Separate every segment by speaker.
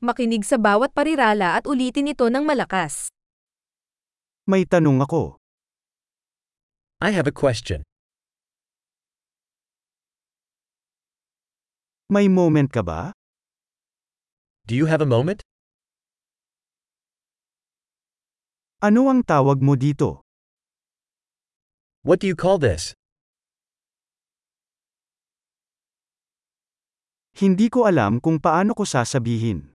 Speaker 1: Makinig sa bawat parirala at ulitin ito ng malakas.
Speaker 2: May tanong ako.
Speaker 3: I have a question.
Speaker 2: May moment ka ba?
Speaker 3: Do you have a moment?
Speaker 2: Ano ang tawag mo dito?
Speaker 3: What do you call this?
Speaker 2: Hindi ko alam kung paano ko sasabihin.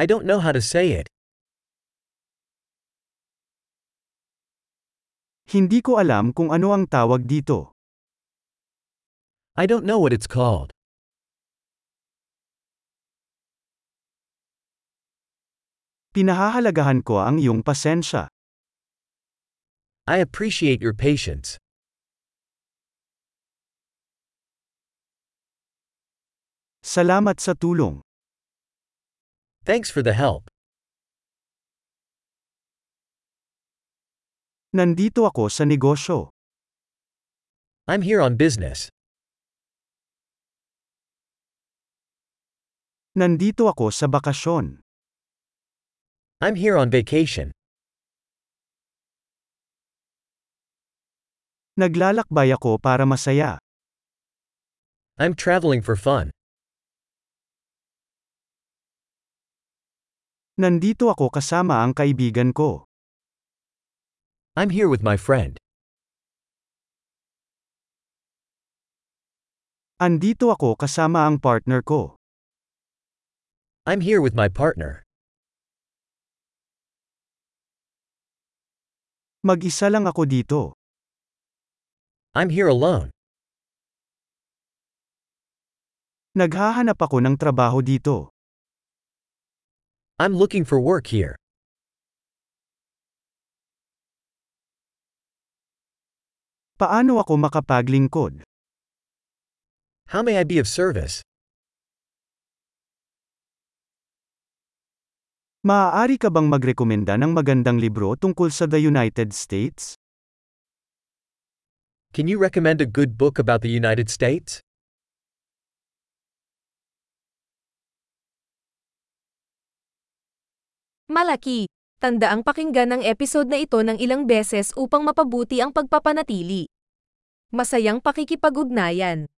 Speaker 3: I don't know how to say it.
Speaker 2: Hindi ko alam kung ano ang tawag dito.
Speaker 3: I don't know what it's called.
Speaker 2: Pinahahalagahan ko ang iyong pasensya.
Speaker 3: I appreciate your patience.
Speaker 2: Salamat sa tulong.
Speaker 3: Thanks for the help.
Speaker 2: Nandito ako sa negosyo.
Speaker 3: I'm here on business.
Speaker 2: Nandito ako sa bakasyon.
Speaker 3: I'm here on vacation.
Speaker 2: Naglalakbay ako para masaya.
Speaker 3: I'm traveling for fun.
Speaker 2: Nandito ako kasama ang kaibigan ko.
Speaker 3: I'm here with my friend.
Speaker 2: Andito ako kasama ang partner ko.
Speaker 3: I'm here with my partner.
Speaker 2: Mag-isa lang ako dito.
Speaker 3: I'm here alone.
Speaker 2: Naghahanap ako ng trabaho dito.
Speaker 3: I'm looking for work here.
Speaker 2: Paano ako makapaglingkod?
Speaker 3: How may I be of service?
Speaker 2: Maaari ka bang magrekomenda ng magandang libro tungkol sa The United States?
Speaker 3: Can you recommend a good book about the United States?
Speaker 1: Malaki! Tanda ang pakinggan ng episode na ito ng ilang beses upang mapabuti ang pagpapanatili. Masayang pakikipag-ugnayan!